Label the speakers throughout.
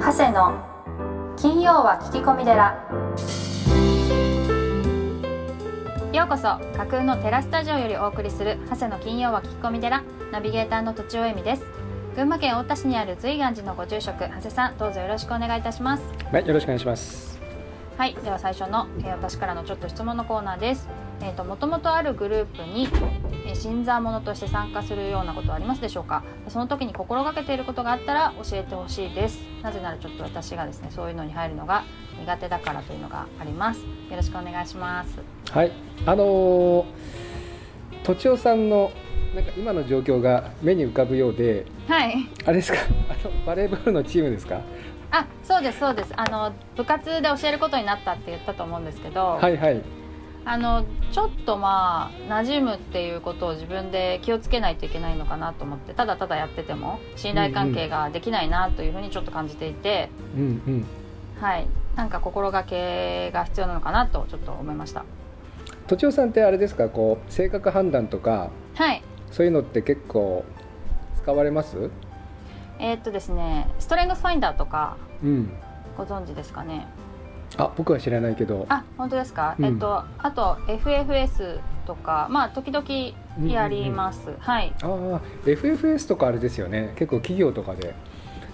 Speaker 1: 長谷の金曜は聞き込み寺ようこそ架空のテラスタジオよりお送りする長谷の金曜は聞き込み寺ナビゲーターの土地尾恵美です群馬県太田市にある瑞岩寺のご住職長谷さんどうぞよろしくお願いいたします
Speaker 2: はい、よろしくお願いします。
Speaker 1: はい、では最初の、えー私からのちょっと質問のコーナーです。えっ、と元々あるグループに、えー、新参者として参加するようなことはありますでしょうか。その時に心がけていることがあったら教えてほしいです。なぜならちょっと私がですね、そういうのに入るのが苦手だからというのがあります。よろしくお願いします。
Speaker 2: はい、あのー、とちおさんのなんか今の状況が目に浮かぶようで、
Speaker 1: はい。
Speaker 2: あれですか、 あのバレーボールのチームですか。
Speaker 1: あ、そうですそうです。あの部活で教えることになったって言ったと思うんですけど、
Speaker 2: はいはい。
Speaker 1: あのちょっとまあ馴染むっていうことを自分で気をつけないといけないのかなと思ってただただやってても信頼関係ができないなというふうにちょっと感じていて、
Speaker 2: うんうん。
Speaker 1: はいなんか心がけが必要なのかなとちょっと思いました
Speaker 2: とちおさんってあれですか、こう性格判断とか
Speaker 1: はい
Speaker 2: そういうのって結構使われます？
Speaker 1: えーっとですねストレングスファインダーとか
Speaker 2: うん。
Speaker 1: ご存知ですかね
Speaker 2: あ、僕は知らないけど。
Speaker 1: あ本当ですか、
Speaker 2: うん
Speaker 1: えっとあと FFS とかまあ時々やります、はい
Speaker 2: ああ、FFS とかあれですよね。結構企業とかで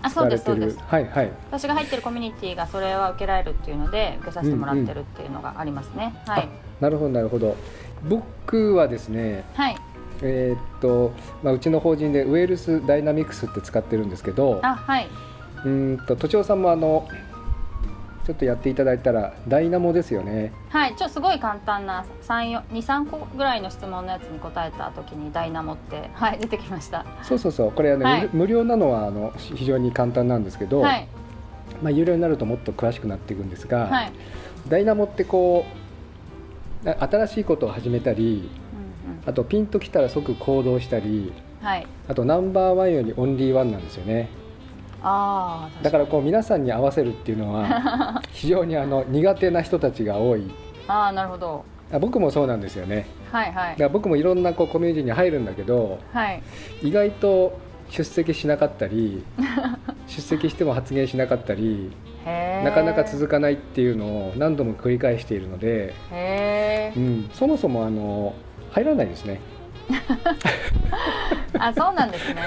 Speaker 1: あ
Speaker 2: 使
Speaker 1: そう
Speaker 2: わ
Speaker 1: で
Speaker 2: れ
Speaker 1: す
Speaker 2: て
Speaker 1: そう
Speaker 2: る。
Speaker 1: です
Speaker 2: はいはい。
Speaker 1: 私が入ってるコミュニティがそれは受けられるっていうので受けさせてもらってるっていうのがありますね、はい
Speaker 2: なるほどなるほど。僕はですね、
Speaker 1: はい
Speaker 2: えーっとまあ、うちの法人でウェールスダイナミクスって使ってるんですけど
Speaker 1: あはいう
Speaker 2: ーんと都庁さんもあのちょっとやっていただいたらダイナモですよね
Speaker 1: はいちょっとすごい簡単な23個ぐらいの質問のやつに答えた時に「ダイナモ」って、はい、出てきました
Speaker 2: そうそうそうこれはね、
Speaker 1: はい
Speaker 2: 無無料なのはあのし非常に簡単なんですけど、
Speaker 1: はい
Speaker 2: まあ、有料になるともっと詳しくなっていくんですが、
Speaker 1: はい、
Speaker 2: ダイナモってこうな新しいことを始めたり
Speaker 1: うんうん
Speaker 2: あとピンときたら即行動したり
Speaker 1: はい
Speaker 2: あとナンバーワンよりオンリーワンなんですよね
Speaker 1: ああ
Speaker 2: だからこう皆さんに合わせるっていう のは非常にあの苦手な人たちが多い
Speaker 1: ああなるほど
Speaker 2: あ僕もそうなんですよね
Speaker 1: はいは
Speaker 2: だ
Speaker 1: い
Speaker 2: から僕もいろんなこうコミュニティに入るんだけど
Speaker 1: はい
Speaker 2: 意外と出席しなかったり 出席しても発言しなかったり
Speaker 1: へえ
Speaker 2: なかなか続かないっていうのを何度も繰り返しているので、
Speaker 1: へえ
Speaker 2: うん、そもそもあの入らないですね
Speaker 1: あそうなんですね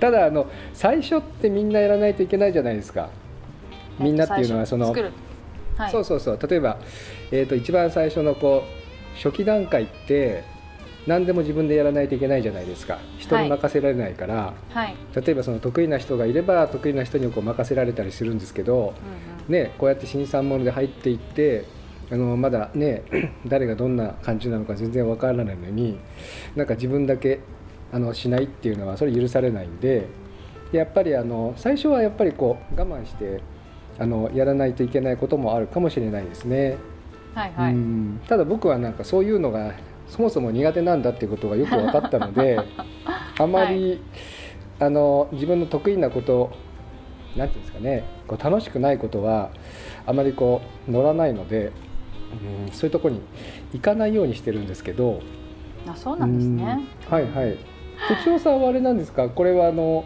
Speaker 2: ただあの最初ってみんなやらないといけないじゃないですか みんなっていうのはその、
Speaker 1: 作るはい
Speaker 2: そうそうそう例えば、えー、と一番最初のこう初期段階って何でも自分でやらないといけないじゃないですか人に任せられないから、
Speaker 1: はい、
Speaker 2: 例えばその得意な人がいれば得意な人にこう任せられたりするんですけど、
Speaker 1: うんうん
Speaker 2: ね、こうやって新参者で入っていってあのまだね 誰がどんな感じなのか全然わからないのになんか自分だけあのしないっていうのはそれ許されないんででやっぱりあの最初はやっぱりこう我慢してあのやらないといけないこともあるかもしれないですね、
Speaker 1: はいは
Speaker 2: う
Speaker 1: い
Speaker 2: んただ僕はなんかそういうのがそもそも苦手なんだっていうことがよく分かった のであまり、あの自分の得意なことなんていうんですかねこう楽しくないことはあまりこう乗らないので、うん、そういうとこに行かないようにしてるんですけど
Speaker 1: あそうなんですね
Speaker 2: うんはいはい土尾さんはあれなんですかこれはあの、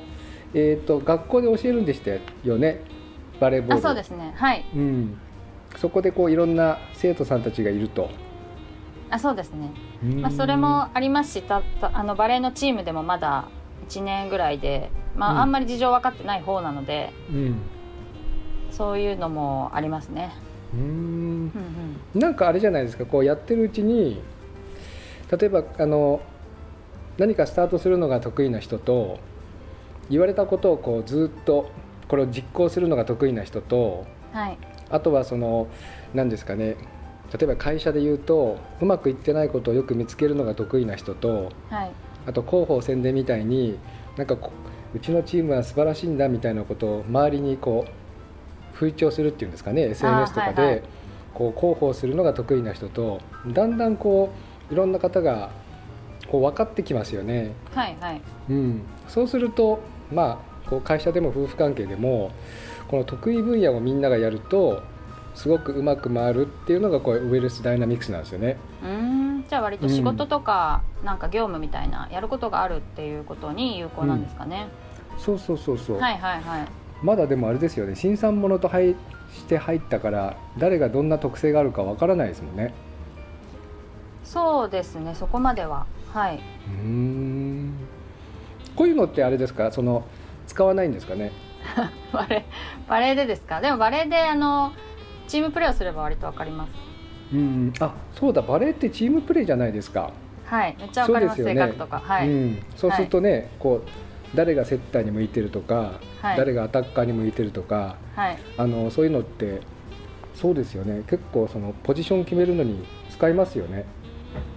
Speaker 2: えー、と学校で教えるんでしたよねバレーボール
Speaker 1: あそうですねはい
Speaker 2: うん、そこでこういろんな生徒さんたちがいると。
Speaker 1: あそうですねまあ、それもありますしたたあのバレーのチームでもまだ1年ぐらいで、まあ
Speaker 2: うん
Speaker 1: あんまり事情分かってない方なので
Speaker 2: うん、
Speaker 1: そういうのもありますね。
Speaker 2: うん
Speaker 1: うんうん、
Speaker 2: なんかあれじゃないですかこうやってるうちに例えばあの何かスタートするのが得意な人と言われたことをこうずっとこれを実行するのが得意な人と
Speaker 1: はい
Speaker 2: あとはその何ですかね例えば会社で言うとうまくいってないことをよく見つけるのが得意な人と
Speaker 1: はい
Speaker 2: あと広報宣伝みたいになんかこううちのチームは素晴らしいんだみたいなことを周りにこう吹聴するっていうんですかね SNS とかで、
Speaker 1: はいはい
Speaker 2: こう広報するのが得意な人とだんだんこういろんな方がこう分かってきますよね。
Speaker 1: はいはい
Speaker 2: うん、そうすると、まあ、こう会社でも夫婦関係でもこの得意分野をみんながやるとすごくうまく回るっていうのがこうウェルスダイナミクスなんですよね。
Speaker 1: うーんじゃあ割と仕事とか、なんか業務みたいなやることがあるっていうことに有効なんですかね。
Speaker 2: そうそうそうそう、
Speaker 1: はいはいはい
Speaker 2: まだでもあれですよね新参者と入して入ったから誰がどんな特性があるかわからないですもんね
Speaker 1: そうですねそこまでははいう
Speaker 2: ーんこういうのってあれですかその使わないんですかね
Speaker 1: バレーバレーでですかでもバレーであのチームプレーをすれば割とわかります
Speaker 2: うんあそうだバレーってチームプレーじゃないですか
Speaker 1: はいめっちゃわかります
Speaker 2: そうですよね
Speaker 1: 性格とかはい、
Speaker 2: うん、そうするとね、こう誰がセッターに向いてるとか、
Speaker 1: はい
Speaker 2: 誰がアタッカーに向いてるとか
Speaker 1: はい
Speaker 2: あのそういうのってそうですよね結構そのポジション決めるのに使いますよね。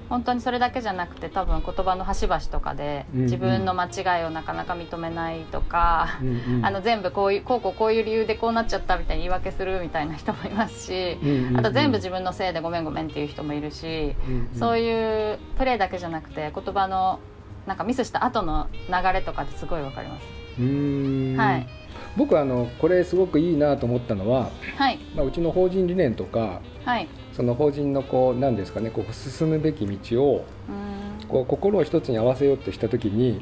Speaker 1: 本当にそれだけじゃなくて多分言葉の端々とかで
Speaker 2: うんうん
Speaker 1: 自分の間違いをなかなか認めないとか、
Speaker 2: うんうん
Speaker 1: あの全部こういうこうこうこういう理由でこうなっちゃったみたいに言い訳するみたいな人もいますし、
Speaker 2: うんうんうん
Speaker 1: あと全部自分のせいでごめんごめんっていう人もいるし、
Speaker 2: うんうん
Speaker 1: そういうプレーだけじゃなくて言葉のなんかミスした後の流れとかですごいわかります。
Speaker 2: うーん
Speaker 1: はい
Speaker 2: 僕あのこれすごくいいなと思ったのは、
Speaker 1: はい
Speaker 2: まあ、うちの法人理念とか
Speaker 1: はい。
Speaker 2: その法人のこう何ですかねこう進むべき道を
Speaker 1: うーん
Speaker 2: こう心を一つに合わせようとした時に、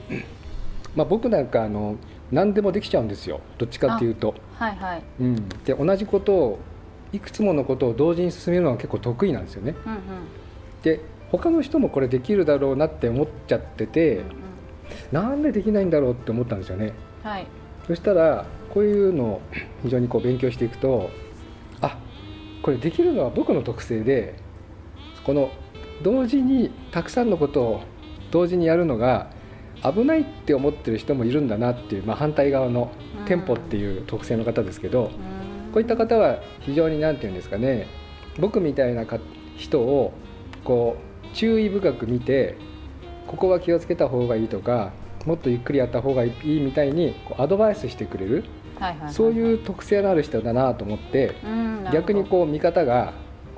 Speaker 2: まあ、僕なんかあの何でもできちゃうんですよどっちかっていうと。
Speaker 1: はいはい。
Speaker 2: うん、で同じことをいくつものことを同時に進めるのが結構得意なんですよね。
Speaker 1: うんうん
Speaker 2: で他の人もこれできるだろうなって思っちゃってて
Speaker 1: うんうん
Speaker 2: なんでできないんだろうって思ったんですよね。
Speaker 1: はい。
Speaker 2: そしたらこういうのを非常にこう勉強していくとあこれできるのは僕の特性でこの同時にたくさんのことを同時にやるのが危ないって思ってる人もいるんだなっていう、まあ、反対側のテンポっていう特性の方ですけど、
Speaker 1: うーん
Speaker 2: こういった方は非常に何て言うんですかね僕みたいなか人をこう注意深く見てここは気をつけた方がいいとかもっとゆっくりやった方がいいみたいにこうアドバイスしてくれる
Speaker 1: はいはいはい
Speaker 2: そういう特性のある人だなと思って
Speaker 1: うんなるほど
Speaker 2: 逆にこう見方が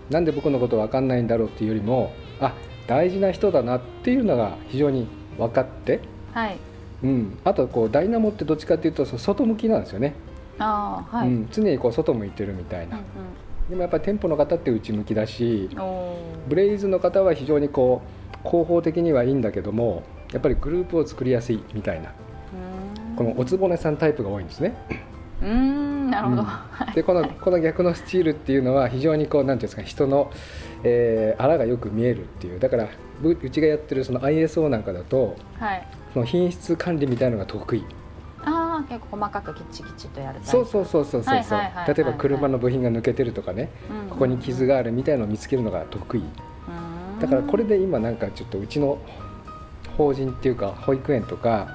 Speaker 2: なんで僕のこと分かんないんだろうっていうよりもあ大事な人だなっていうのが非常に分かって、
Speaker 1: はい。
Speaker 2: うん、あとこうダイナモってどっちかっていうとそ外向きなんですよね、
Speaker 1: ああはい。
Speaker 2: う
Speaker 1: うん
Speaker 2: ん、常にこう外向いてるみたいな。でもやっぱり店舗の方って内向きだし
Speaker 1: うん。おおー。
Speaker 2: ブレイズの方は非常にこう広報的にはいいんだけどもやっぱりグループを作りやすいみたいな
Speaker 1: うーん
Speaker 2: このおつぼねさんタイプが多いんですね。
Speaker 1: うーんなるほど。
Speaker 2: うん
Speaker 1: はい
Speaker 2: でこのこの逆のスチールっていうのは非常にこうなんていうんですか人の、えー、あらがよく見えるっていうだからぶうちがやってるその ISO なんかだと
Speaker 1: はい。
Speaker 2: その品質管理みたいのが得意
Speaker 1: ああ結構細かくきっちきちとやるタイプ。
Speaker 2: そうそうそうそうそうそう
Speaker 1: はいはいはいはい
Speaker 2: 例えば車の部品が抜けてるとかね
Speaker 1: うんうんうん
Speaker 2: ここに傷。があるみたいのを見つけるのが得意
Speaker 1: うーん
Speaker 2: だからこれで今なんかちょっとうちの法人っていうか保育園とか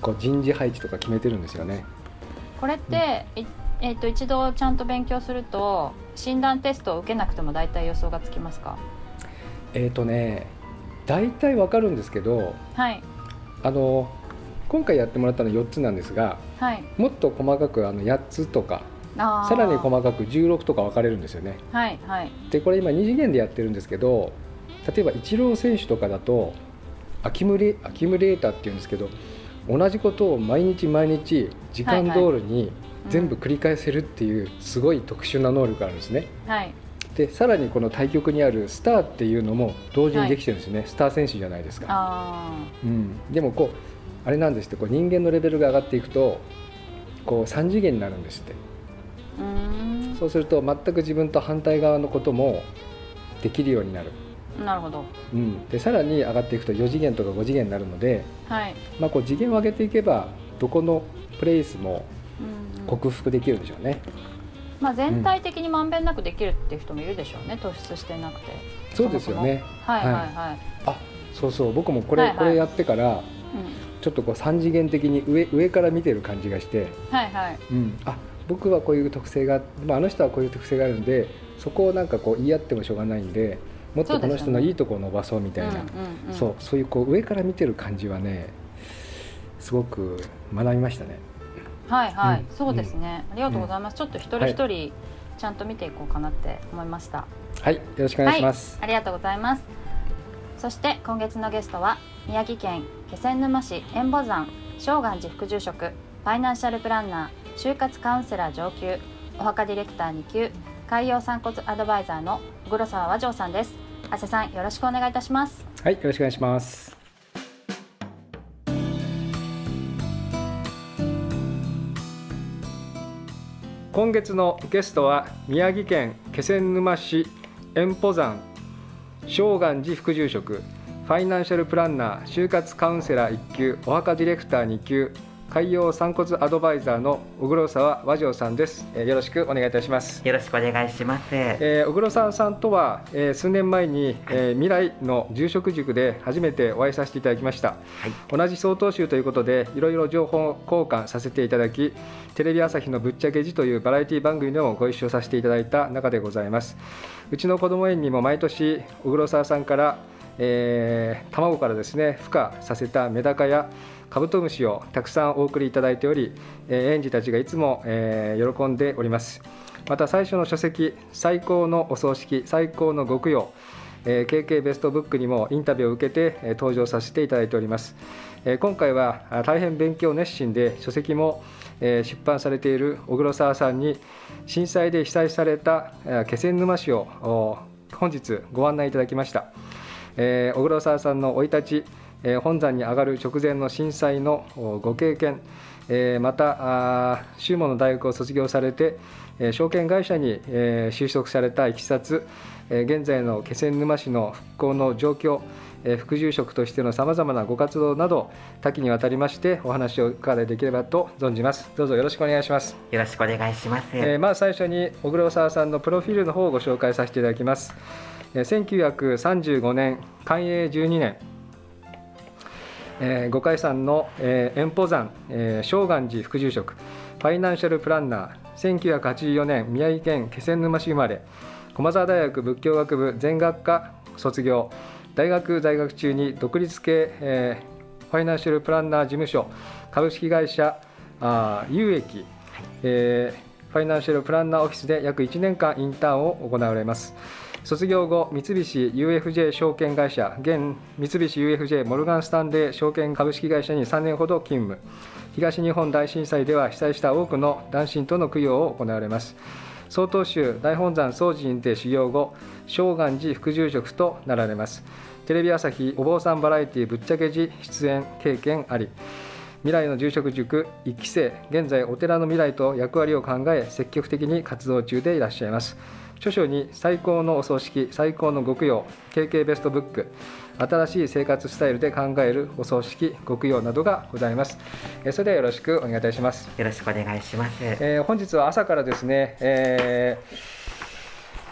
Speaker 2: こう人事配置とか決めてるんですよね。
Speaker 1: これって、いえっ、と一度ちゃんと勉強すると診断テストを受けなくても大体予想がつきますか。
Speaker 2: えー、とね大体わかるんですけど
Speaker 1: はい
Speaker 2: あの今回やってもらったの4つなんですが
Speaker 1: はい。
Speaker 2: もっと細かくあの8つとか
Speaker 1: ああ。
Speaker 2: さらに細かく16とか分かれるんですよね。
Speaker 1: はいはい。
Speaker 2: でこれ今2次元でやってるんですけど例えばイチロー選手とかだとアキムレアキムレーターっていうんですけど同じことを毎日毎日時間通りに全部繰り返せるっていうすごい特殊な能力があるんですね。
Speaker 1: はい。
Speaker 2: でさらにこの対局にあるスターっていうのも同時にできてるんですね、スター選手じゃないですか。
Speaker 1: あ
Speaker 2: うん、でもこうあれなんですってこう人間のレベルが上がっていくとこう3次元になるんですって
Speaker 1: あ。うーん。
Speaker 2: そうすると全く自分と反対側のこともできるようになる。
Speaker 1: なるほど。
Speaker 2: うん、でさらに上がっていくと4次元とか5次元になるので、
Speaker 1: はい。
Speaker 2: まあ、こう次元を上げていけばどこのプレイスも
Speaker 1: うんうん
Speaker 2: 克服できるんでしょうね、
Speaker 1: まあ全体的にまんべんなくできるっていう人もいるでしょうね。突出してなくて。
Speaker 2: そうですよね
Speaker 1: はいはい
Speaker 2: は
Speaker 1: はい。
Speaker 2: あそうそう僕もこれ,、
Speaker 1: はいはい
Speaker 2: これやってから
Speaker 1: うん
Speaker 2: ちょっとこう3次元的に上上から見てる感じがして、
Speaker 1: はいはい。
Speaker 2: うん、あ僕はこういう特性が、まあ、あの人はこういう特性があるんでそこをなんかこう言い合ってもしょうがないんでもっとこの人のいいところを伸ばそうみたいな
Speaker 1: うんうんうん
Speaker 2: そうそういうこう上から見てる感じはねすごく学びましたね。
Speaker 1: はいはい、
Speaker 2: うん
Speaker 1: そうですね、ありがとうございます、ちょっと一人一人ちゃんと見ていこうかなって思いました、
Speaker 2: はい、よろしくお願いします。
Speaker 1: ありがとうございますそして今月のゲストは宮城県気仙沼市円保山正願寺副住職ファイナンシャルプランナー就活カウンセラー上級お墓ディレクター2級海洋散骨アドバイザーの小黒沢和丈さんです阿瀬さんよろしくお願いいたします
Speaker 2: はい、よろしくお願いします。今月のゲストは宮城県気仙沼市遠保山正願寺副住職ファイナンシャルプランナー就活カウンセラー1級お墓ディレクター2級海洋散骨アドバイザーの小黒沢和尚さんです、えーよろしくお願いいたします
Speaker 3: よろしくお願いします。
Speaker 2: えー小黒沢さんとは、えー数年前に、えー未来の住職塾で初めてお会いさせていただきました、同じ曹洞宗ということでいろいろ情報交換させていただきテレビ朝日の「ぶっちゃけじ」というバラエティ番組でもご一緒させていただいた中でございますうちの子ども園にも毎年小黒沢さんから、えー卵からですね孵化させたメダカやカブトムシをたくさんお送りいただいており、えー園児たちがいつも、えー喜んでおりますまた最初の書籍「最高のお葬式最高の極陽」えー KK ベストブックにもインタビューを受けて、えー登場させていただいております、えー今回はあ大変勉強熱心で書籍も、えー出版されている小黒沢さんに震災で被災された、えー気仙沼市をお本日ご案内いただきました、えー小黒沢さんの生い立ち、えー本山に上がる直前の震災のおご経験えーまたあー修門の大学を卒業されて、えー証券会社に、えー就職されたいきさつ、えー現在の気仙沼市の復興の状況、えー副住職としてのさまざまなご活動など多岐にわたりましてお話を伺いできればと存じますどうぞよろしくお願いします、
Speaker 3: よろしくお願いします。
Speaker 2: えーまず最初に小黒沢さんのプロフィールの方をご紹介させていただきますえー1935年寛永12年えー、五海山の、えー、遠方山、えー、正願寺副住職ファイナンシャルプランナー1984年宮城県気仙沼市生まれ駒澤大学仏教学部全学科卒業大学在学中に独立系、えーファイナンシャルプランナー事務所株式会社あー有益、えーファイナンシャルプランナーオフィスで約1年間インターンを行われます卒業後三菱 UFJ 証券会社現三菱 UFJ モルガンスタンレー証券株式会社に3年ほど勤務東日本大震災では被災した多くの男神との供養を行われます曹洞宗大本山総寺にて修行後正願寺副住職となられますテレビ朝日お坊さんバラエティぶっちゃけ寺出演経験あり未来の住職塾1期生現在お寺の未来と役割を考え積極的に活動中でいらっしゃいます著書に「最高のお葬式最高の極用 KK ベストブック」新しい生活スタイルで考えるお葬式極用などがございますえーそれではよろしくお願いいたします
Speaker 3: よろしくお願いします。
Speaker 2: えー本日は朝からですね、えー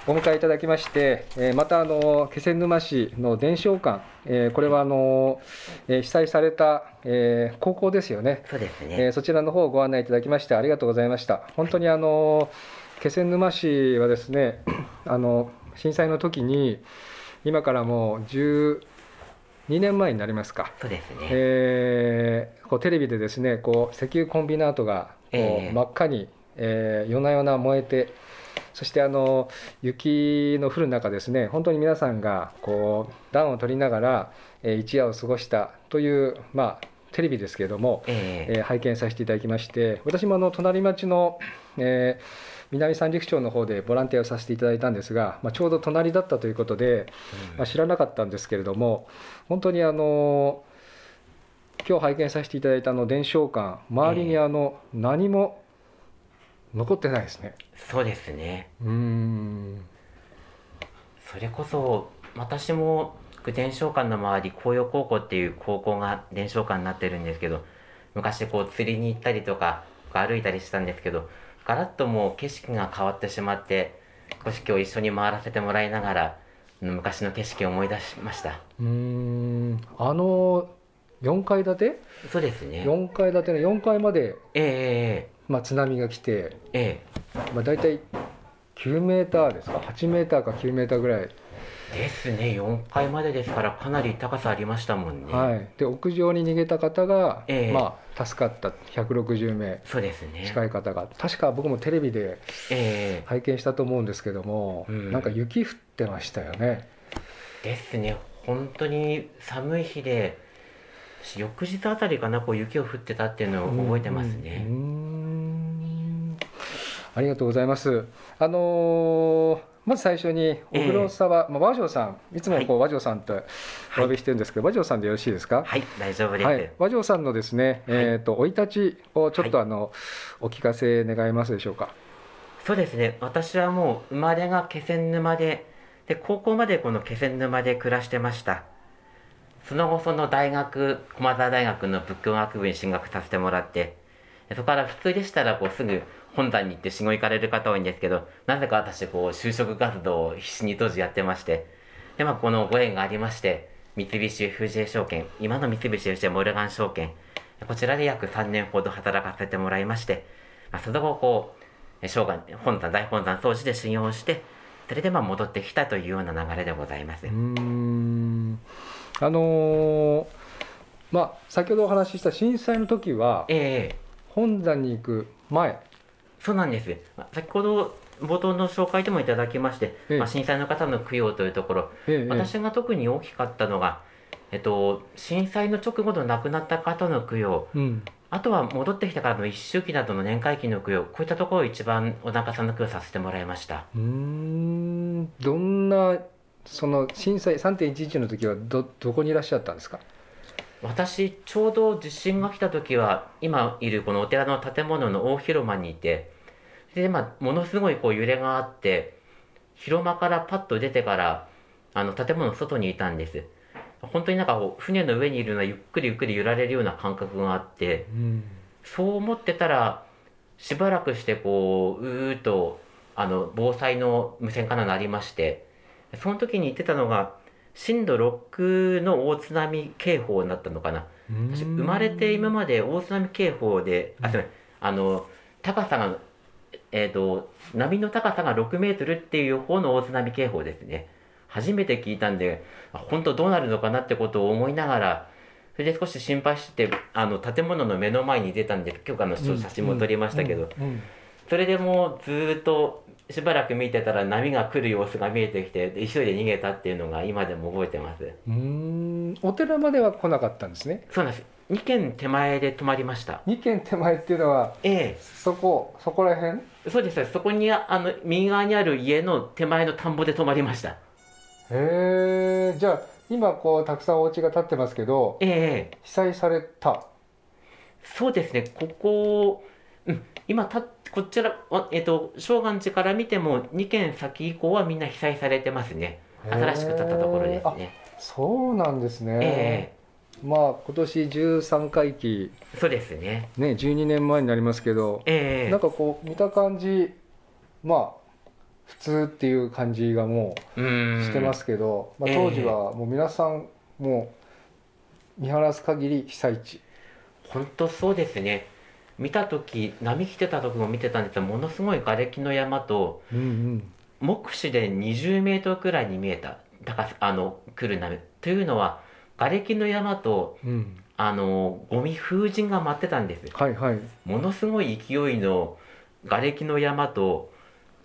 Speaker 2: お迎えいただきまして、えーまたあの気仙沼市の伝承館、えーこれはあの、えー被災された、えー高校ですよね、
Speaker 3: そうです
Speaker 2: え
Speaker 3: ね。
Speaker 2: ーそちらの方をご案内いただきましてありがとうございました。本当にあの気仙沼市はですね、 あの震災の時に今からもう12年前になりますか。
Speaker 3: そうですね。
Speaker 2: えーこうテレビでですねこう石油コンビナートがこう
Speaker 3: ええ
Speaker 2: 真っ赤に、えー夜な夜な燃えてそしてあの雪の降る中ですね本当に皆さんがこう暖を取りながら、えー一夜を過ごしたという、まあ、テレビですけれども、
Speaker 3: え
Speaker 2: えー拝見させていただきまして私もあの隣町の、えー南三陸町の方でボランティアをさせていただいたんですが、まあ、ちょうど隣だったということで、まあ、知らなかったんですけれども本当にあの今日拝見させていただいたあの伝承館周りにあの何も残ってないですね。
Speaker 3: そうですね。
Speaker 2: うーん
Speaker 3: それこそ私も伝承館の周り紅葉高校っていう高校が伝承館になってるんですけど昔こう釣りに行ったりとか歩いたりしたんですけどガラッともう景色が変わってしまって少し今日一緒に回らせてもらいながら昔の景色を思い出しました
Speaker 2: うーんあの4階建て
Speaker 3: そうですね
Speaker 2: 4階建ての4階まで、
Speaker 3: え
Speaker 2: まあ、津波が来て、
Speaker 3: ええええ
Speaker 2: まあ、大体9メーターですか8メーターか9メーターぐらい、
Speaker 3: ええですね4階までですからかなり高さありましたもんね、
Speaker 2: はい、で屋上に逃げた方が、
Speaker 3: ええ
Speaker 2: まあ、助かった160名
Speaker 3: そうですね
Speaker 2: 近い方が確か僕もテレビで
Speaker 3: ええ
Speaker 2: 拝見したと思うんですけども、
Speaker 3: うん
Speaker 2: なんか雪降ってましたよね。
Speaker 3: ですね本当に寒い日で翌日あたりかなこう雪を降ってたっていうのを覚えてますね、
Speaker 2: うんうんありがとうございます。あのーまず最初に小黒沢、まあ、和尚さんいつもこう、和尚さんとお呼びしてるんですけど、和尚さんでよろしいですか、
Speaker 3: はい大丈夫です、
Speaker 2: はい、和尚さんのですね、
Speaker 3: はい
Speaker 2: えっ、と生い立ちをちょっと
Speaker 3: は
Speaker 2: あの、お聞かせ願えますでしょうか。
Speaker 3: そうですね私はもう生まれが気仙沼でで高校までこの気仙沼で暮らしてましたその後その大学駒澤大学の仏教学部に進学させてもらってでそこから普通でしたらこうすぐ本山に行って仕事行かれる方多いんですけどなぜか私こう就職活動を必死に当時やってましてでまあこのご縁がありまして三菱 FJ 証券今の三菱 FJ モルガン証券こちらで約3年ほど働かせてもらいまして、まあ、その後こうえ生涯本山大本山掃除で修行をしてそれでまあ戻ってきたというような流れでございます、
Speaker 2: うーんあのーまあ先ほどお話しした震災の時は
Speaker 3: ええ
Speaker 2: 本山に行く前
Speaker 3: そうなんですまあ先ほど冒頭の紹介でもいただきまして、
Speaker 2: ええ
Speaker 3: まあ、震災の方の供養というところ、
Speaker 2: ええ
Speaker 3: 私が特に大きかったのが、えっと、震災の直後の亡くなった方の供養
Speaker 2: うん
Speaker 3: あとは戻ってきたからの一周期などの年会期の供養こういったところを一番お仲さんの供養させてもらいました
Speaker 2: うーんどんなその震災3.11の時はどどこにいらっしゃったんですか
Speaker 3: 私ちょうど地震が来た時は今いるこのお寺の建物の大広間にいてで、まあ、ものすごいこう揺れがあって広間からパッと出てからあの建物の外にいたんです本当になんかこう船の上にいるのはゆっくりゆっくり揺られるような感覚があって
Speaker 2: うん
Speaker 3: そう思ってたらしばらくしてこううーっとあの防災の無線かななりましてその時に言ってたのが震度6の大津波警報になったのかな私生まれて今まで大津波警報で、あすみませんあの高さがえっ、と波の高さが6メートルっていう方の大津波警報ですね初めて聞いたんであ本当どうなるのかなってことを思いながらそれで少し心配してあの建物の目の前に出たんで今日あの写真も撮りましたけど、
Speaker 2: うんうん
Speaker 3: それでもうずーっとしばらく見てたら波が来る様子が見えてきてで急いで逃げたっていうのが今でも覚えてます
Speaker 2: うんうーんお寺までは来なかったんですね
Speaker 3: そうなんです2軒手前で泊まりました
Speaker 2: 2軒手前っていうのは
Speaker 3: ええ
Speaker 2: そこそこら辺へ
Speaker 3: そうですそうですそこにああの右側にある家の手前の田んぼで泊まりました
Speaker 2: えじゃあ今こうたくさんお家が建ってますけど
Speaker 3: ええ
Speaker 2: 被災された
Speaker 3: そうですねここ、うん、今たこちら、わえっと正願寺から見ても2軒先以降はみんな被災されてますね新しく建ったところですね
Speaker 2: そうなんですね、
Speaker 3: え
Speaker 2: まあ今年13回忌
Speaker 3: えそうですね
Speaker 2: ね12年前になりますけど、
Speaker 3: ええ
Speaker 2: なんかこう見た感じまあ普通っていう感じがも
Speaker 3: うー
Speaker 2: うんしてますけど、まあ、
Speaker 3: ええ
Speaker 2: 当時はもう皆さんもう見晴らす限り被災地
Speaker 3: 本当そうですね見た時波来てた時も見てたんですがものすごい瓦礫の山と
Speaker 2: うんうん
Speaker 3: 目視で20メートルくらいに見えた高さあの来る波というのは瓦礫の山と
Speaker 2: うん
Speaker 3: あのゴミ風神が舞ってたんです
Speaker 2: はいはい
Speaker 3: ものすごい勢いの瓦礫の山と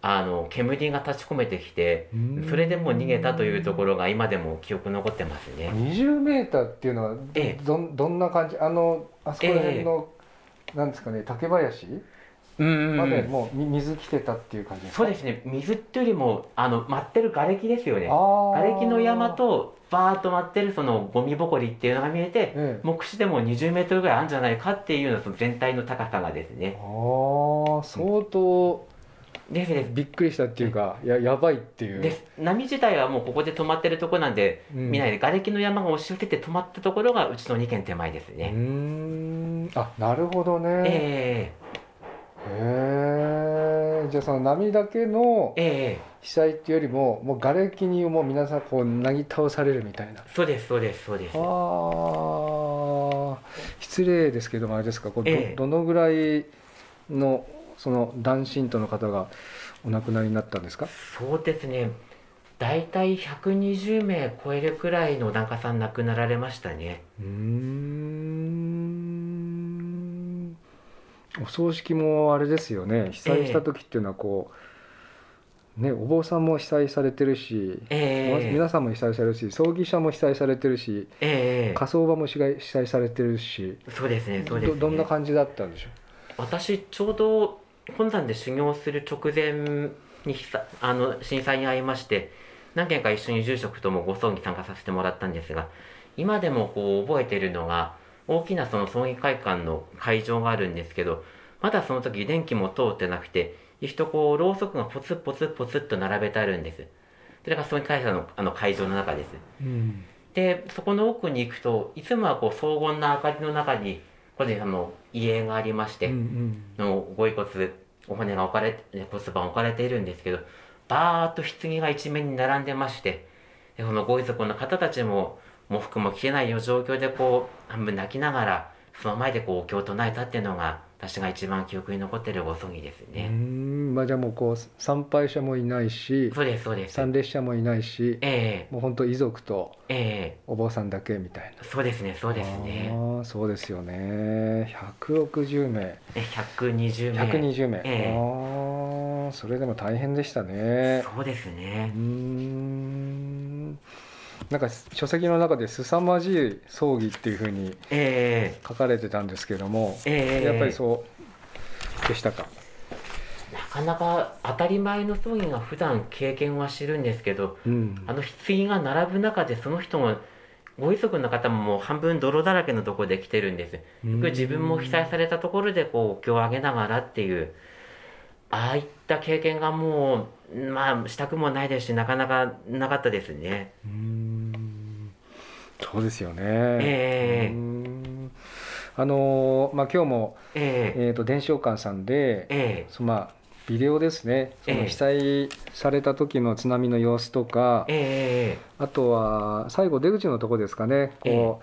Speaker 3: あの煙が立ち込めてきてそれでもう逃げたというところが今でも記憶残ってますね
Speaker 2: 20メーターっていうのはど,、
Speaker 3: ええ
Speaker 2: どんな感じあのあそこら辺の、なんですかね竹林
Speaker 3: うんうんう
Speaker 2: まで
Speaker 3: ん
Speaker 2: もうみ水来てたっていう感じですか
Speaker 3: そうですね水っていうよりもあの舞ってる瓦礫ですよね
Speaker 2: あー
Speaker 3: 瓦礫の山とバーッと舞ってるそのゴミぼこりっていうのが見えて
Speaker 2: ええ
Speaker 3: 目視でも20メートルぐらいあるんじゃないかっていうようなその全体の高さがですね。
Speaker 2: ああ相当
Speaker 3: ですです。
Speaker 2: びっくりしたっていうか、ややばいっていう
Speaker 3: です波自体はもうここで止まってるとこなんで、
Speaker 2: うん
Speaker 3: 見ないで瓦礫の山が押し寄せて止まったところがうちの2軒手前です
Speaker 2: うー
Speaker 3: ね。
Speaker 2: んあなるほどね、
Speaker 3: え
Speaker 2: へえじゃあその波だけの
Speaker 3: ええ
Speaker 2: 被災っていうよりももう瓦礫にもう皆さんこうなぎ倒されるみたいな
Speaker 3: えそうですそうですそうです。
Speaker 2: ああ失礼ですけどもあれですかこうど,、
Speaker 3: ええ
Speaker 2: どのぐらいのその男信徒の方がお亡くなりになったんですか
Speaker 3: そうですね。だいたい120名超えるくらいの檀家さん亡くなられましたね。
Speaker 2: うーんお葬式もあれですよね被災した時っていうのはこう、ね、お坊さんも被災されてるし、
Speaker 3: ええ
Speaker 2: 皆さんも被災されるし葬儀社も被災されてるし
Speaker 3: ええ
Speaker 2: 火葬場も被害被災されてるし、
Speaker 3: そうですねそうです
Speaker 2: ど
Speaker 3: ね。
Speaker 2: どんな感じだったんでしょ
Speaker 3: 私ちょうど本山で修行する直前に被災あの震災に遭いまして何件か一緒に住職ともご葬儀参加させてもらったんですが今でもこう覚えてるのが大きなその葬儀会館の会場があるんですけどまだその時電気も通ってなくて、一とこう、ろうそくがポツポツポツっと並べてあるんです。それがその会社のあの会場の中です。
Speaker 2: うん
Speaker 3: で、そこの奥に行くと、いつもはこう、荘厳な明かりの中に、個人さんの遺影がありまして、
Speaker 2: うん
Speaker 3: のご遺骨、お骨が置かれて、骨盤置かれているんですけど、バーっと棺が一面に並んでまして、でこのご遺族の方たちも、喪服も着れないような状況でこう、半分泣きながら、その前でこう、お経を唱えたっていうのが、私が一番記憶に残っているご葬儀です
Speaker 2: う
Speaker 3: ね。
Speaker 2: んまあじゃあもうこう参拝者もいないし
Speaker 3: そうです、そうです。
Speaker 2: 参列者もいないし
Speaker 3: ええ
Speaker 2: もう本当遺族と
Speaker 3: え
Speaker 2: お坊さんだけみたいな
Speaker 3: えそうですね、そうですね。
Speaker 2: ああそうですよね160名
Speaker 3: え120名。
Speaker 2: 120名、
Speaker 3: ええ
Speaker 2: ああそれでも大変でしたね
Speaker 3: そうですね
Speaker 2: うー。んなんか書籍の中で凄まじい葬儀っていうふうに
Speaker 3: え
Speaker 2: 書かれてたんですけども
Speaker 3: え、ええ
Speaker 2: やっぱりそうでしたか。
Speaker 3: なかなか当たり前の葬儀が普段経験はしてるんですけど、
Speaker 2: うん
Speaker 3: あの棺が並ぶ中でその人もご遺族の方ももう半分泥だらけのとこで来てるんです。
Speaker 2: うん
Speaker 3: 自分も被災されたところでこうお経を上げながらっていう、ああいった経験がもう、まあ、したくもないですし、なかなかなかったですね。
Speaker 2: うーんそうですよね。
Speaker 3: ええ
Speaker 2: うーんあのーまあ今日も
Speaker 3: え
Speaker 2: えっ、と伝承館さん
Speaker 3: え
Speaker 2: で、
Speaker 3: え
Speaker 2: そのまあビデオですね。そ
Speaker 3: え
Speaker 2: の
Speaker 3: え
Speaker 2: 被災された時の津波の様子とか、
Speaker 3: ええ
Speaker 2: あとは最後出口のとこですかね。こ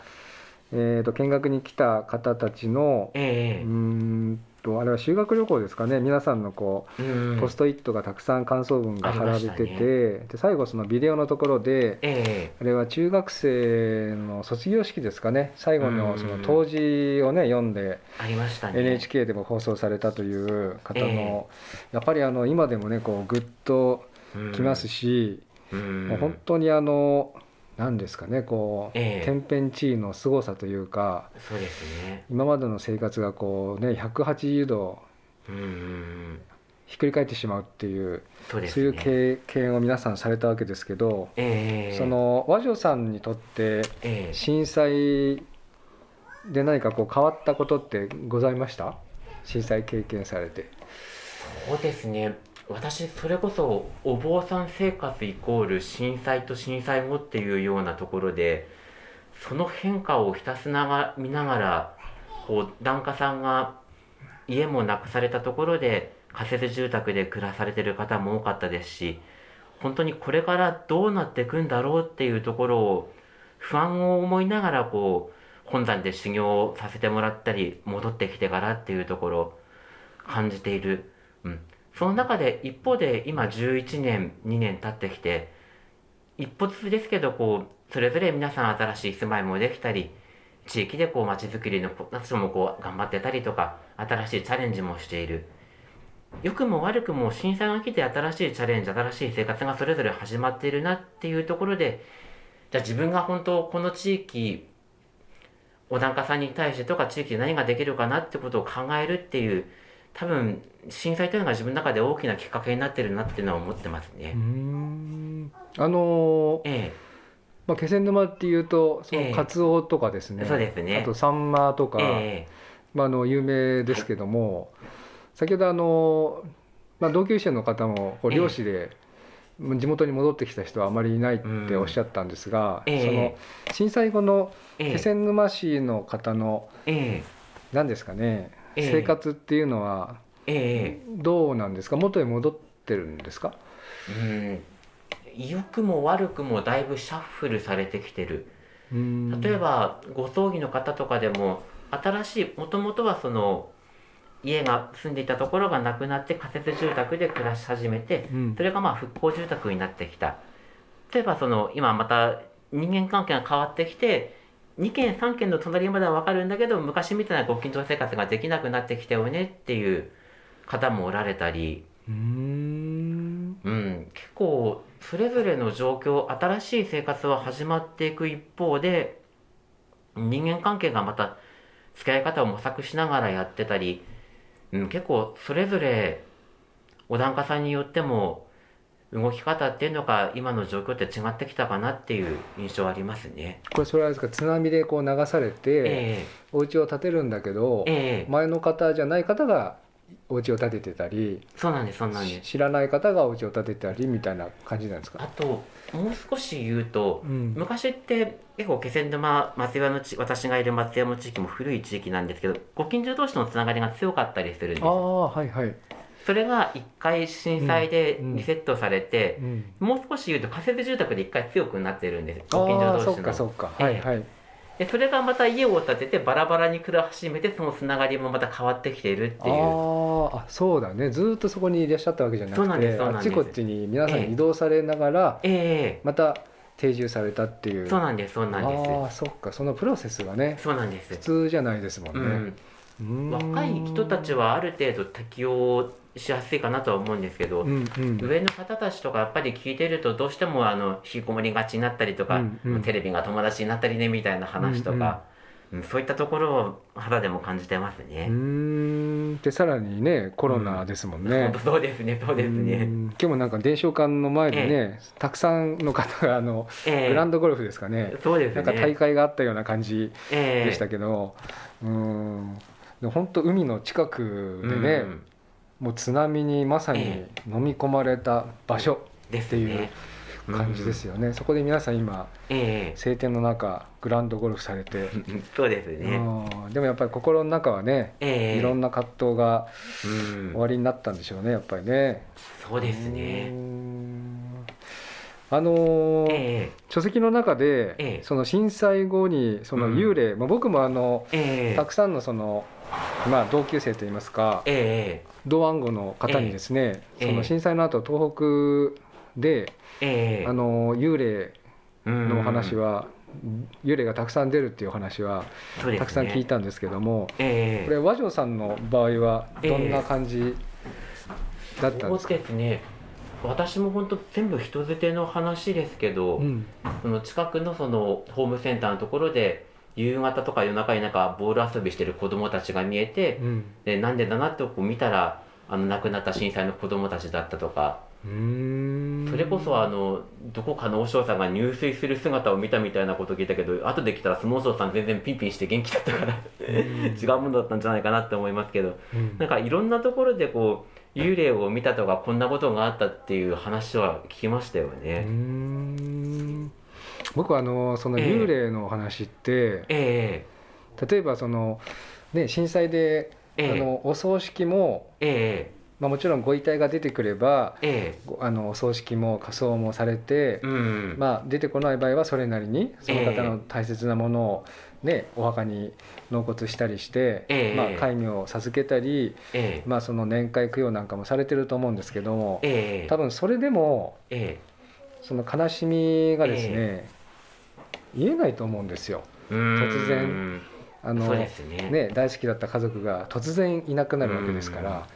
Speaker 2: うえーと見学に来た方たちの
Speaker 3: え
Speaker 2: うー
Speaker 3: ええ
Speaker 2: んとあれは修学旅行ですかね。皆さんのこう
Speaker 3: えうん
Speaker 2: ポストイットがたくさん感想文が貼られて
Speaker 3: あ
Speaker 2: て、
Speaker 3: りました
Speaker 2: で最後そのビデオのところで
Speaker 3: え
Speaker 2: あれは中学生の卒業式ですかね最後
Speaker 3: う
Speaker 2: の
Speaker 3: ん
Speaker 2: その当時をね読んで
Speaker 3: えありましたね。
Speaker 2: NHK でも放送されたという方
Speaker 3: え
Speaker 2: のやっぱりあの今でもねこうグッときます
Speaker 3: し、
Speaker 2: し、
Speaker 3: うん
Speaker 2: もう本当にあの何ですかねこう、
Speaker 3: ええ
Speaker 2: 天変地異の凄さというか
Speaker 3: そうですね。
Speaker 2: 今までの生活がこうね180度
Speaker 3: うんうんうん。
Speaker 2: ひっくり返ってしまうっていう
Speaker 3: そうです
Speaker 2: そ
Speaker 3: ね。
Speaker 2: ういう経験を皆さんされたわけですけど、
Speaker 3: ええ
Speaker 2: そ、の和女さんにとって
Speaker 3: ええ
Speaker 2: 震災で何かこう変わったことってございました震災経験されて。
Speaker 3: そうですね私それこそお坊さん生活イコール震災と震災後っていうようなところでその変化をひたすら見ながらこう檀家さんが家もなくされたところで仮設住宅で暮らされてる方も多かったですし本当にこれからどうなっていくんだろうっていうところを不安を思いながらこう本山で修行をさせてもらったり戻ってきてからっていうところ感じている、うん、その中で一方で今11年2年経ってきて一歩ずつですけどこうそれぞれ皆さん新しい住まいもできたり地域でこう街づくりのこ人もこう頑張ってたりとか新しいチャレンジもしている良くも悪くも震災が来て新しいチャレンジ新しい生活がそれぞれ始まっているなっていうところでじゃあ自分が本当この地域お檀家さんに対してとか地域で何ができるかなってことを考えるっていう多分震災というのが自分の中で大きなきっかけになってるなっていうのは思ってますね。
Speaker 2: あのー
Speaker 3: え
Speaker 2: まあ、気仙沼っていうとそ
Speaker 3: ええ
Speaker 2: のカツオとかですね,、
Speaker 3: そうですね
Speaker 2: あとサンマと
Speaker 3: え
Speaker 2: か、
Speaker 3: え
Speaker 2: まあ、あの有名ですけども、先ほどあの、まあ、同級生の方もこう
Speaker 3: ええ
Speaker 2: 漁師で、地元に戻ってきた人はあまりいないっ
Speaker 3: うん
Speaker 2: ておっしゃったんですが、
Speaker 3: ええ
Speaker 2: その震災後の
Speaker 3: ええ
Speaker 2: 気仙沼市の方の
Speaker 3: え
Speaker 2: 何ですかね、
Speaker 3: ええ
Speaker 2: 生活っていうのは
Speaker 3: ええ
Speaker 2: どうなんですか元へ戻ってるんですか
Speaker 3: えうん良くも悪くもだいぶシャッフルされてきてる例え、ばご葬儀の方とかでも新しいもともとはその家が住んでいたところがなくなって仮設住宅で暮らし始めて
Speaker 2: うん
Speaker 3: それがまあ復興住宅になってきた例えばその今また人間関係が変わってきて2軒3軒の隣までは分かるんだけど昔みたいなご近所生活ができなくなってきたよねっていう方もおられたり
Speaker 2: うん
Speaker 3: うん、結構それぞれの状況新しい生活は始まっていく一方で人間関係がまた付き合い方を模索しながらやってたり、うん、結構それぞれお檀家さんによっても動き方っていうのが今の状況って違ってきたかなっていう印象はありますね。
Speaker 2: これそれはあれですか津波でこう流されて、
Speaker 3: え
Speaker 2: お家を建てるんだけど
Speaker 3: えええ
Speaker 2: 前の方じゃない方がお家を建ててたり、
Speaker 3: そうなんですそうなん
Speaker 2: し
Speaker 3: です
Speaker 2: 知らない方がお家を建てたりみたいな感じなんです
Speaker 3: あ
Speaker 2: か。
Speaker 3: ともう少し言うと、
Speaker 2: うん
Speaker 3: 昔って結構気仙沼松山の地私がいる松山の地域も古い地域なんですけどご近所同士のつながりが強かったりするんです
Speaker 2: ああはいはい。
Speaker 3: それが一回震災でリセットされて
Speaker 2: う、ん、
Speaker 3: もう少し言うと仮設住宅で一回強くなってるんです
Speaker 2: あ
Speaker 3: ご近所
Speaker 2: あそ
Speaker 3: 同
Speaker 2: う
Speaker 3: 士
Speaker 2: かそ
Speaker 3: の
Speaker 2: うか。
Speaker 3: ええ
Speaker 2: はいはい。
Speaker 3: でそれがまた家を建ててバラバラに暮らし始めてそのつながりもまた変わってきているっていう
Speaker 2: あああそうだねずーっとそこにいらっしゃったわけじゃな
Speaker 3: そうな
Speaker 2: く
Speaker 3: んで
Speaker 2: て
Speaker 3: すそう
Speaker 2: あ
Speaker 3: な
Speaker 2: っ
Speaker 3: ん
Speaker 2: ち
Speaker 3: です
Speaker 2: こっちに皆さ
Speaker 3: え
Speaker 2: ん
Speaker 3: え
Speaker 2: 移動されながら、
Speaker 3: え
Speaker 2: また定住されたってい
Speaker 3: え
Speaker 2: う
Speaker 3: そうなんですそうなん
Speaker 2: あ
Speaker 3: で
Speaker 2: あそっかそのプロセスがね
Speaker 3: すそうなんで
Speaker 2: 普
Speaker 3: す、
Speaker 2: 通じゃないですも
Speaker 3: うん
Speaker 2: ね、
Speaker 3: ん、
Speaker 2: うん
Speaker 3: 若い人たちはある程度適応しやすいかなとは思うんですけど、
Speaker 2: うんうん
Speaker 3: 上の方たちとかやっぱり聞いてるとどうしてもあの引きこもりがちになったりとか、
Speaker 2: うんうん
Speaker 3: テレビが友達になったりねみたいな話とか、うんそういったところを肌でも感じてます
Speaker 2: うー
Speaker 3: ね。
Speaker 2: んでさらにねコロナですもん
Speaker 3: 本
Speaker 2: ね
Speaker 3: 当、そうですねそうです
Speaker 2: う
Speaker 3: ね。
Speaker 2: ん今日もなんか伝承館の前でね、たくさんの方があの
Speaker 3: ええ
Speaker 2: グランドゴルフですかね、
Speaker 3: そうです
Speaker 2: な
Speaker 3: ね。
Speaker 2: んか大会があったような感じ
Speaker 3: ええ
Speaker 2: でしたけど、うんで本当海の近くでね、
Speaker 3: うん
Speaker 2: もう津波にまさに
Speaker 3: え
Speaker 2: 飲み込まれた場所
Speaker 3: ですね。
Speaker 2: 感じです
Speaker 3: よ。
Speaker 2: よね、そこで皆さん今
Speaker 3: え
Speaker 2: 晴天の中グランドゴルフされて、
Speaker 3: えそうですね。
Speaker 2: うんでもやっぱり心の中はね
Speaker 3: ええ
Speaker 2: いろんな葛藤が
Speaker 3: うん
Speaker 2: 終わりになったんでしょうねやっぱりね。
Speaker 3: そうです
Speaker 2: うー
Speaker 3: ね。
Speaker 2: んあのー
Speaker 3: え
Speaker 2: 書籍の中で、
Speaker 3: ええ
Speaker 2: その震災後にその幽霊、まあ、僕もあの
Speaker 3: ええ
Speaker 2: たくさんのその、まあ、同級生といいますか
Speaker 3: ええ
Speaker 2: 同暗号の方にですね、
Speaker 3: ええ
Speaker 2: その震災の後東北で、
Speaker 3: ええ
Speaker 2: あの幽霊のお話、は、幽霊がたくさん出るっていうお話は
Speaker 3: うん
Speaker 2: たくさん聞い。たんですけども、
Speaker 3: そうですねええ
Speaker 2: これ和尚さんの場合はどんな感じだったんですか、
Speaker 3: そうですね私も本当全部人づての話ですけど、
Speaker 2: うん
Speaker 3: その近くのそのホームセンターのところで夕方とか夜中になんかボール遊びしてる子供たちが見えて、
Speaker 2: うん
Speaker 3: でなんでだなってこう見たらあの亡くなった震災の子供たちだったとか、
Speaker 2: うーん
Speaker 3: それこそあのどこかの和尚さんが入水する姿を見たみたいなこと聞いたけど後で来たらその和尚さん全然ピンピンして元気だったから 違うものだったんじゃないかなって思いますけど
Speaker 2: うん
Speaker 3: なんかいろんなところでこう幽霊を見たとかこんなことがあったっていう話は聞きましたよ
Speaker 2: うー
Speaker 3: ね。
Speaker 2: ん僕はあのその幽霊のお話って、
Speaker 3: え
Speaker 2: 例えばその、ね、震災で、
Speaker 3: えええ
Speaker 2: あのお葬式も、
Speaker 3: え
Speaker 2: まあ、もちろんご遺体が出てくれば
Speaker 3: ええ
Speaker 2: ごあのお葬式も火葬もされて、
Speaker 3: えうん、
Speaker 2: まあ、出てこない場合はそれなりにその方の大切なものを、ね、お墓に納骨したりして、
Speaker 3: ええ
Speaker 2: まあ、戒名を授けたり、
Speaker 3: ええ
Speaker 2: まあ、その年会供養なんかもされてると思うんですけども
Speaker 3: ええ
Speaker 2: 多分それでも
Speaker 3: え
Speaker 2: その悲しみがですね言えないと思うんですよ。
Speaker 3: えうん
Speaker 2: 突然あの
Speaker 3: そうですね
Speaker 2: ね、大好きだった家族が突然いなくなるわけですか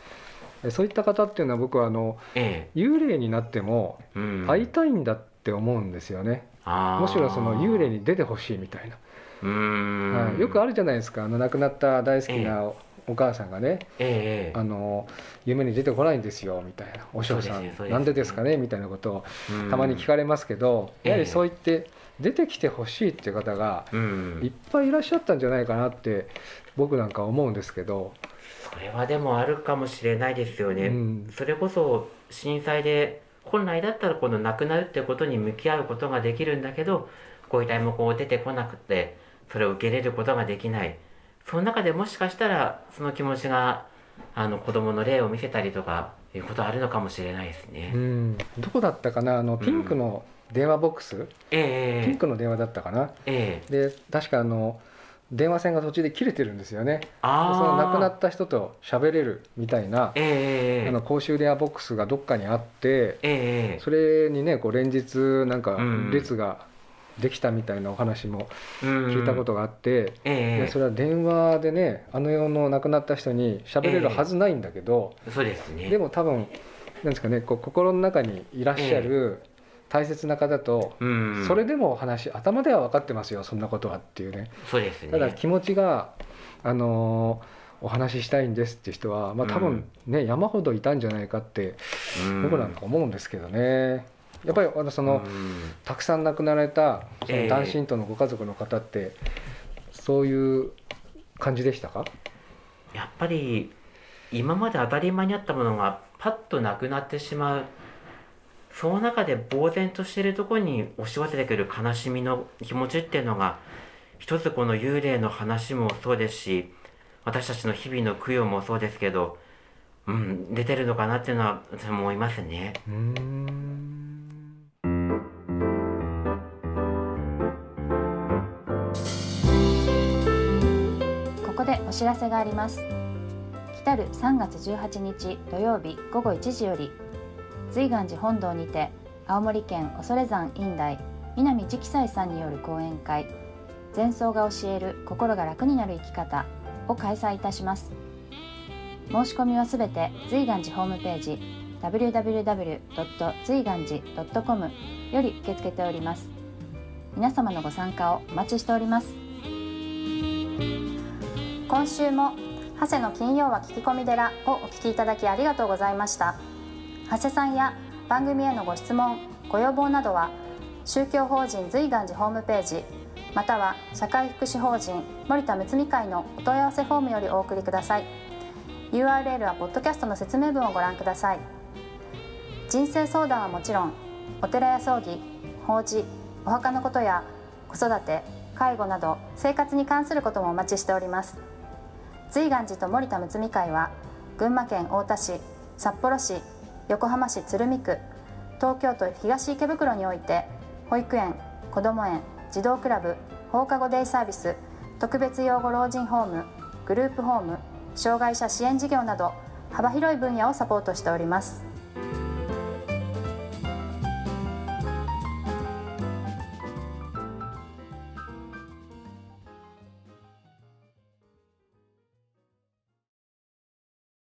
Speaker 2: ら、そういった方っていうのは僕はあの
Speaker 3: え
Speaker 2: 幽霊になっても
Speaker 3: えうん、
Speaker 2: 会いたいんだって思うんですよね、
Speaker 3: あー
Speaker 2: むしろその幽霊に出てほしいみたいな、
Speaker 3: うん、
Speaker 2: はい、よくあ
Speaker 3: る、
Speaker 2: るじゃないですかあの亡くなった大好きなおお母さんがね、
Speaker 3: ええ
Speaker 2: あの夢に出てこないんですよみたいなお嬢さ、
Speaker 3: そうんですねそうですね
Speaker 2: なんでですかねみたいなことを
Speaker 3: うん
Speaker 2: たまに聞かれますけど、
Speaker 3: ええ
Speaker 2: やはりそう言って出てきてほしいっていう方が
Speaker 3: うん
Speaker 2: いっぱいいらっしゃったんじゃないかなって僕なんか思うんですけど、
Speaker 3: それはでもあるかもしれないですよね、
Speaker 2: うん
Speaker 3: それこそ震災で本来だったらこの亡くなるってことに向き合うことができるんだけどご遺体もこう出てこなくてそれを受け入れることができないその中でもしかしたらその気持ちがあの子供の霊を見せたりとかいうことあるのかもしれないですね、
Speaker 2: うん、どこだったかなあのピンクの電話ボックス、
Speaker 3: え
Speaker 2: ピン
Speaker 3: え
Speaker 2: クの電話だったかな、
Speaker 3: えええ
Speaker 2: で確かあの電話線が途中で切れてるんですよねそ
Speaker 3: あ
Speaker 2: の
Speaker 3: あ
Speaker 2: 亡くなった人と喋れるみたいな、
Speaker 3: ええええ
Speaker 2: あの公衆電話ボックスがどっかにあって
Speaker 3: ええ
Speaker 2: それにねこう連日なんか
Speaker 3: うん
Speaker 2: 列ができたみたいなお話も聞いたこ、
Speaker 3: うん
Speaker 2: とがあって、
Speaker 3: ええ
Speaker 2: でそれは電話でねあの世の亡くなった人に喋れるはずないんだけど、
Speaker 3: そうですね
Speaker 2: でも多分なんですかねこう心の中にいらっしゃる大切な方と、
Speaker 3: うん
Speaker 2: それでもお話頭では分かってますよそんなことはっていうね
Speaker 3: そうですね
Speaker 2: ただ気持ちが、あのーお話ししたいんですっていう人は、まあ、多分ね、山ほどいたんじゃないかって
Speaker 3: うん
Speaker 2: 僕なんか思うんですけどね、やっぱりあのその、
Speaker 3: うん
Speaker 2: たくさん亡くなられたそ
Speaker 3: え
Speaker 2: の
Speaker 3: え
Speaker 2: 男神とのご家族の方って、そういう感じでしたか、
Speaker 3: やっぱり今まで当たり前にあったものがパッとなくなってしまうその中で呆然としているところに押し寄せてくる悲しみの気持ちっていうのが一つこの幽霊の話もそうですし私たちの日々の供養もそうですけど、うん、出てるのかなっていうのは私も思いますね。
Speaker 2: うーん
Speaker 1: ここでお知らせがあります来たる3月18日土曜日午後1時より瑞岩寺本堂にて青森県恐山院大南直斎さんによる講演会前奏が教える心が楽になる生き方を開催いたします申し込みはすべて瑞岩寺ホームページ www. 瑞岩寺 .com より受け付けております皆様のご参加をお待ちしております今週も長谷の金曜は聞き込み寺をお聞きいただきありがとうございました長谷さんや番組へのご質問ご要望などは宗教法人随願寺ホームページまたは社会福祉法人森田睦美会のお問い合わせフォームよりお送りください URL はポッドキャストの説明文をご覧ください人生相談はもちろんお寺や葬儀法事お墓のことや子育て介護など生活に関することもお待ちしております瑞岩寺と森田睦美会は群馬県太田市札幌市横浜市鶴見区東京都東池袋において保育園こども園児童クラブ放課後デイサービス特別養護老人ホームグループホーム障害者支援事業など幅広い分野をサポートしております